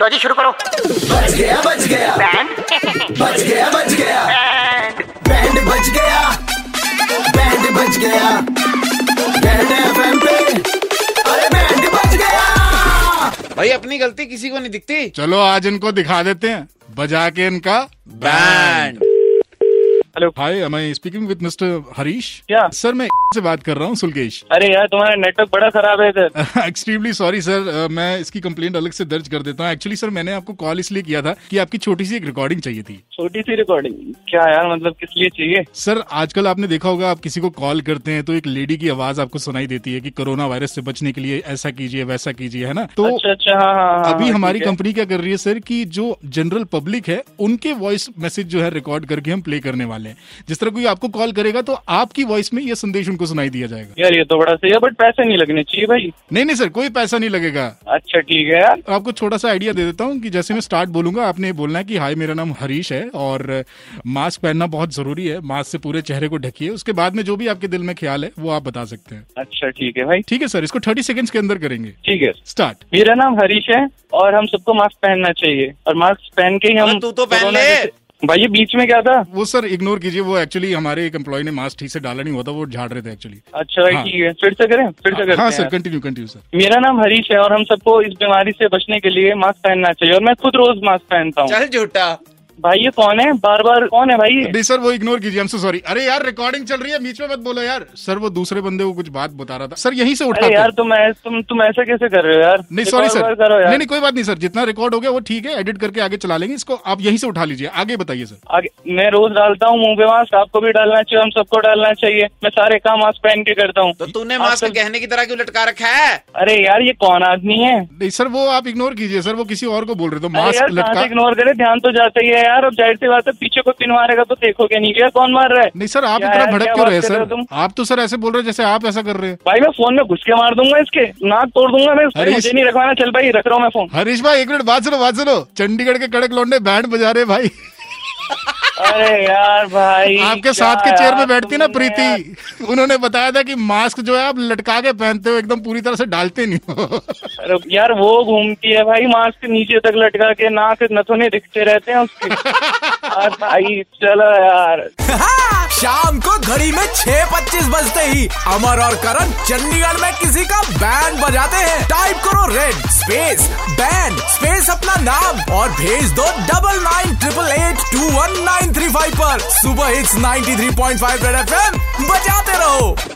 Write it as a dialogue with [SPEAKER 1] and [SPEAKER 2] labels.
[SPEAKER 1] लो जी शुरू करो
[SPEAKER 2] बच गया बच गया
[SPEAKER 1] बैंड
[SPEAKER 2] बच गया बच गया बैंड बच गया बैंड बच गया बैंड एफएम पे अरे बैंड बच गया
[SPEAKER 3] भाई अपनी गलती किसी को नहीं दिखती
[SPEAKER 4] चलो आज इनको दिखा देते हैं बजा के इनका
[SPEAKER 3] band
[SPEAKER 4] hi am I speaking with mister Harish
[SPEAKER 5] क्या?
[SPEAKER 4] सर मैं से बात कर रहा हूँ सुलकेश
[SPEAKER 5] अरे यार तुम्हारा नेटवर्क बड़ा खराब है इधर
[SPEAKER 4] एक्सट्रीमली सॉरी सर मैं इसकी कंप्लेंट अलग से दर्ज कर देता हूँ एक्चुअली सर मैंने आपको कॉल इसलिए किया था कि आपकी छोटी सी एक रिकॉर्डिंग चाहिए थी
[SPEAKER 5] छोटी सी रिकॉर्डिंग क्या यार मतलब किस लिए चाहिए
[SPEAKER 4] सर आजकल आपने देखा होगा आप किसी को कॉल करते हैं तो एक लेडी की आवाज आपको सुनाई देती है कि कोरोना वायरस से बचने के लिए ऐसा कीजिए वैसा कीजिए है ना तो
[SPEAKER 5] अच्छा अच्छा हाँ हाँ हाँ,
[SPEAKER 4] अभी
[SPEAKER 5] हाँ,
[SPEAKER 4] हमारी
[SPEAKER 5] ठीक है।
[SPEAKER 4] कंपनी क्या कर रही है सर कि जो जनरल पब्लिक है उनके वॉइस मैसेज जो है रिकॉर्ड करके हम प्ले करने वाले हैं जिस तरह कोई आपको कॉल करेगा तो आपकी वॉइस में ये संदेश उनको सुनाई दिया जाएगा
[SPEAKER 5] यार ये तो बड़ा सही है बट पैसे नहीं लगने चाहिए भाई
[SPEAKER 4] नहीं नहीं सर कोई पैसा नहीं लगेगा तो
[SPEAKER 5] अच्छा ठीक है यार
[SPEAKER 4] आपको छोटा सा आइडिया दे देता हूँ कि जैसे मैं स्टार्ट बोलूंगा आपने ये बोलना है कि हाय मेरा नाम हरीश है और मास्क पहनना बहुत जरूरी है मास्क से पूरे चेहरे को ढकिए उसके बाद में जो भी आपके दिल में ख्याल है वो आप बता सकते हैं
[SPEAKER 5] अच्छा ठीक है भाई
[SPEAKER 4] ठीक है सर इसको थर्टी सेकेंड्स के अंदर करेंगे
[SPEAKER 5] ठीक है
[SPEAKER 4] स्टार्ट
[SPEAKER 5] मेरा नाम हरीश है और हम सबको मास्क पहनना चाहिए और मास्क पहन के ही हम
[SPEAKER 3] अरे तू तो पहन
[SPEAKER 5] कोरोना
[SPEAKER 3] ले।
[SPEAKER 5] से- भाई ये बीच में क्या था
[SPEAKER 4] वो सर इग्नोर कीजिए वो एक्चुअली हमारे एक एम्प्लॉय ने मास्क ठीक से डाला नहीं हुआ था वो झाड़ रहे थे एक्चुअली
[SPEAKER 5] अच्छा भाई
[SPEAKER 4] हाँ।
[SPEAKER 5] ठीक है फिर से करें फिर से करते
[SPEAKER 4] हाँ
[SPEAKER 5] हैं
[SPEAKER 4] सर
[SPEAKER 5] यार।
[SPEAKER 4] कंटिन्यू कंटिन्यू सर
[SPEAKER 5] मेरा नाम हरीश है और हम सबको इस बीमारी से बचने के लिए मास्क पहनना चाहिए और मैं खुद रोज मास्क पहनता हूँ
[SPEAKER 3] चल झूठा
[SPEAKER 5] भाई ये कौन है बार बार कौन है भाई ये?
[SPEAKER 4] नहीं सर वो इग्नोर कीजिए हमसे सॉरी अरे यार रिकॉर्डिंग चल रही है बीच में मत बोलो यार सर वो दूसरे बंदे को कुछ बात बता रहा था सर यहीं से
[SPEAKER 5] अरे
[SPEAKER 4] उठाते
[SPEAKER 5] यार
[SPEAKER 4] हैं।
[SPEAKER 5] तुम ऐ- तुम तुम ऐसे कैसे कर रहे हो यार
[SPEAKER 4] हाँ तो। नहीं
[SPEAKER 5] एक
[SPEAKER 4] सॉरी
[SPEAKER 5] और
[SPEAKER 4] सर
[SPEAKER 5] बार करो यार
[SPEAKER 4] नहीं नहीं कोई बात नहीं सर जितना रिकॉर्ड हो गया वो ठीक है एडिट करके आगे चला लेंगे इसको आप यहीं से उठा लीजिए आगे बताइए सर
[SPEAKER 5] आगे मैं रोज डालता हूँ मुंह पे मास्क आपको भी डालना चाहिए हम सबको डालना चाहिए मैं सारे काम मास्क पहन के करता हूँ
[SPEAKER 3] तो तूने
[SPEAKER 5] आप
[SPEAKER 3] मास्क
[SPEAKER 5] सब-
[SPEAKER 3] गहने की तरह क्यों लटका रखा है
[SPEAKER 4] तो-
[SPEAKER 5] अरे यार ये कौन आदमी है
[SPEAKER 4] नहीं सर वो आप इग्नोर कीजिए सर वो किसी और को बोल रहे थे
[SPEAKER 5] अरे
[SPEAKER 4] मास्क
[SPEAKER 5] यार कहाँ से
[SPEAKER 4] लटका
[SPEAKER 5] इग्नोर करे ध्यान तो जाता ही है यार अब जाहिर सी बात है पीछे को पिन मारेगा तो देखोगे नहीं क्या कौन मार रहा है
[SPEAKER 4] नहीं सर आप
[SPEAKER 5] क्या
[SPEAKER 4] इतना
[SPEAKER 5] यार,
[SPEAKER 4] भड़क
[SPEAKER 5] क्या
[SPEAKER 4] क्यों
[SPEAKER 5] बात
[SPEAKER 4] रहे हैं
[SPEAKER 5] कर रहे हो
[SPEAKER 4] सर
[SPEAKER 5] तुम?
[SPEAKER 4] आप तो सर ऐसे बोल रहे हैं जैसे आप ऐसा कर रहे हैं
[SPEAKER 5] भाई मैं फोन में घुस के मार दूंगा इसके नाक तोड़ दूंगा मैं इसके
[SPEAKER 4] अरे
[SPEAKER 5] मुझे
[SPEAKER 4] इस-
[SPEAKER 5] नहीं रखवाना चल भाई रख रहा हूँ मैं फोन
[SPEAKER 4] हरीश भाई एक मिनट बात सुनो बात सुनो चंडीगढ़ के कड़क लौंडे बैंड बजा रहे हैं भाई
[SPEAKER 5] अरे यार भाई
[SPEAKER 4] आपके
[SPEAKER 5] क्या
[SPEAKER 4] साथ के चेयर में
[SPEAKER 5] यार
[SPEAKER 4] बैठती ना
[SPEAKER 5] तुमने यार-
[SPEAKER 4] प्रीति उन्होंने बताया था कि मास्क जो है आप लटका के पहनते हो एकदम पूरी तरह से डालते नहीं हो
[SPEAKER 5] अरे यार वो घूमती है भाई मास्क नीचे तक लटका के नाक नथुने दिखते रहते हैं उसके और भाई चलो यार
[SPEAKER 6] शाम को घड़ी में छह पच्चीस बजते ही अमर और करण चंडीगढ़ में किसी का बैंड बजाते हैं टाइप करो रेड स्पेस बैंड स्पेस अपना नाम और भेज दो double nine triple eight two one nine three five पर सुबह hits 93.5 three point five red F बजाते रहो